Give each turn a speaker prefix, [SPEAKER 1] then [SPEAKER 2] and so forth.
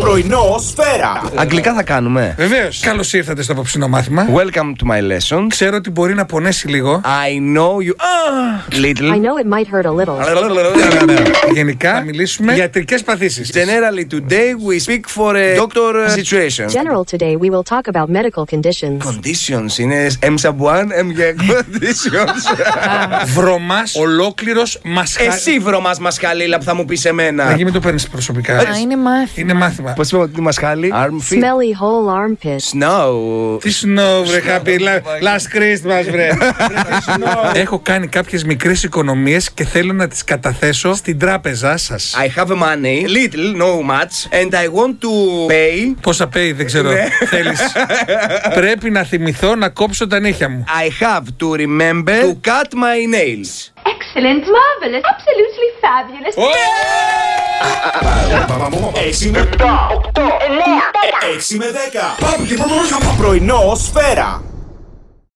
[SPEAKER 1] Πρωινό σφαίρα.
[SPEAKER 2] Αγγλικά θα κάνουμε.
[SPEAKER 3] Βεβαίως. Καλώς ήρθατε στο απόψινό μάθημα.
[SPEAKER 2] Welcome to my lesson.
[SPEAKER 3] Ξέρω ότι μπορεί να πονέσει λίγο.
[SPEAKER 2] I know you. Ah,
[SPEAKER 4] I
[SPEAKER 2] little.
[SPEAKER 4] know it might hurt a little.
[SPEAKER 3] Γενικά, θα μιλήσουμε γιατρικέ παθήσεις.
[SPEAKER 2] Generally today we speak for a doctor uh, situation.
[SPEAKER 4] General today we will talk about medical conditions.
[SPEAKER 2] Conditions είναι M sub 1, M για conditions.
[SPEAKER 3] Βρωμάς ολόκληρος μασχάλη.
[SPEAKER 2] Εσύ βρωμάς μασχαλίλα που θα μου πεις
[SPEAKER 3] Να
[SPEAKER 2] εμένα.
[SPEAKER 3] γίνει το παίρνεις προσωπικά.
[SPEAKER 5] Α, είναι μάθημα.
[SPEAKER 3] Είναι μάθημα.
[SPEAKER 2] Πώς είπαμε ότι μασχάλι. Arm fit.
[SPEAKER 4] Smelly whole armpit.
[SPEAKER 2] Snow.
[SPEAKER 3] Τι snow, βρε, happy la- last Christmas, βρε. Έχω κάνει κάποιες μικρές οικονομίες και θέλω να τις καταθέσω στην τράπεζά σας.
[SPEAKER 2] I have money, little, no much, and I want to pay.
[SPEAKER 3] Πόσα pay, δεν ξέρω. Θέλεις. Πρέπει να θυμηθώ να κόψω τα νύχια μου.
[SPEAKER 2] I have to remember to cut my nails.
[SPEAKER 6] Excellent, marvelous, absolutely fabulous.
[SPEAKER 1] Έξι με 7, 8, 9, 6 με 10. Πάμε και πρώτο. Πρωινό σφαίρα.